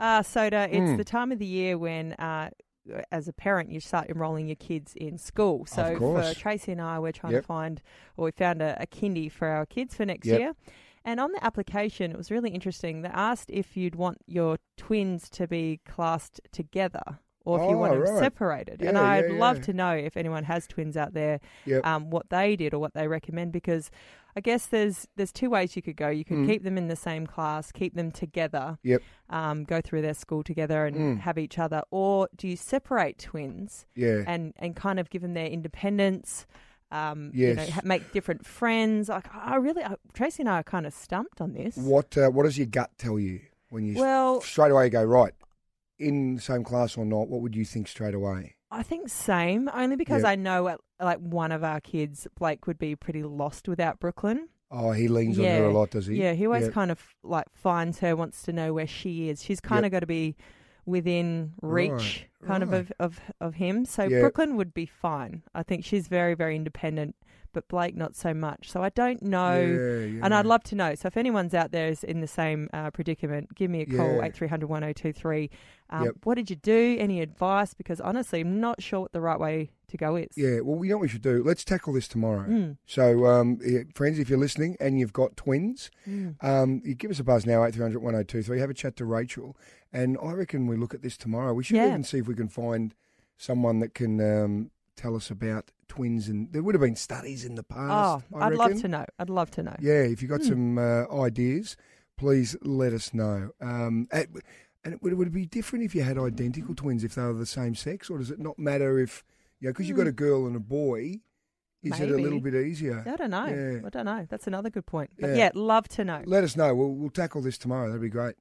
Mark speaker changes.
Speaker 1: Uh, Soda, it's
Speaker 2: Hmm.
Speaker 1: the time of the year when, uh, as a parent, you start enrolling your kids in school. So for
Speaker 2: course.
Speaker 1: Tracy and I, we're trying
Speaker 2: Yep.
Speaker 1: to find, or we found a, a kindy for our kids for next
Speaker 2: Yep.
Speaker 1: year. And on the application, it was really interesting. They asked if you'd want your twins to be classed together. Or if you want
Speaker 2: Oh,
Speaker 1: them
Speaker 2: right.
Speaker 1: separated. and
Speaker 2: Yeah, yeah,
Speaker 1: I'd love
Speaker 2: yeah.
Speaker 1: to know if anyone has twins out there,
Speaker 2: Yep.
Speaker 1: um, what they did or what they recommend, because I guess there's there's two ways you could go. You could
Speaker 2: Mm.
Speaker 1: keep them in the same class, keep them together,
Speaker 2: Yep.
Speaker 1: um, go through their school together and
Speaker 2: Mm.
Speaker 1: have each other, or do you separate twins
Speaker 2: Yeah.
Speaker 1: and and kind of give them their independence? Um, you know,
Speaker 2: Yes.
Speaker 1: ha- make different friends. Like I really, I, Tracy and I are kind of stumped on this.
Speaker 2: What uh, What does your gut tell you when you
Speaker 1: Well-
Speaker 2: straight away go right in the same class or not? What would you think straight away?
Speaker 1: I think same, only because
Speaker 2: Yeah.
Speaker 1: I know at, like one of our kids, Blake, would be pretty lost without Brooklyn.
Speaker 2: Oh, he leans on her a lot, does he?
Speaker 1: Yeah, he always
Speaker 2: Yeah.
Speaker 1: kind of like finds her, wants to know where she is. She's kind
Speaker 2: Yep.
Speaker 1: of got to be within reach,
Speaker 2: Right,
Speaker 1: kind
Speaker 2: right.
Speaker 1: of, of of of him. So
Speaker 2: Yep.
Speaker 1: Brooklyn would be fine. I think she's very very independent, but Blake not so much. So I don't know.
Speaker 2: Yeah,
Speaker 1: And
Speaker 2: yeah.
Speaker 1: I'd love to know. So if anyone's out there is in the same uh, predicament, give me a call,
Speaker 2: Yeah.
Speaker 1: eight three hundred one zero two three. Um,
Speaker 2: Yep.
Speaker 1: What did you do? Any advice? Because honestly, I'm not sure what the right way to go is.
Speaker 2: Yeah, well, you know what we should do? Let's tackle this tomorrow.
Speaker 1: Mm.
Speaker 2: So, um, yeah, friends, if you're listening and you've got twins,
Speaker 1: Mm.
Speaker 2: um, you give us a buzz now, 8300 1023. Have a chat to Rachel. And I reckon we look at this tomorrow. We should
Speaker 1: Yeah.
Speaker 2: even see if we can find someone that can um, tell us about twins. And there would have been studies in the
Speaker 1: Oh,
Speaker 2: past. I
Speaker 1: I'd love
Speaker 2: reckon.
Speaker 1: to know. I'd love to know.
Speaker 2: Yeah, if you've got some uh, ideas, please let us know. Um, and and it would, would it be different if you had identical twins, if they were the same sex, or does it not matter if, you know, because you've got a girl and a boy, is it a little
Speaker 1: Maybe.
Speaker 2: bit easier?
Speaker 1: I don't know.
Speaker 2: Yeah.
Speaker 1: I don't know. That's another good point. But
Speaker 2: Yeah.
Speaker 1: yeah, love to know.
Speaker 2: Let us know. We'll, we'll tackle this tomorrow. That'd be great.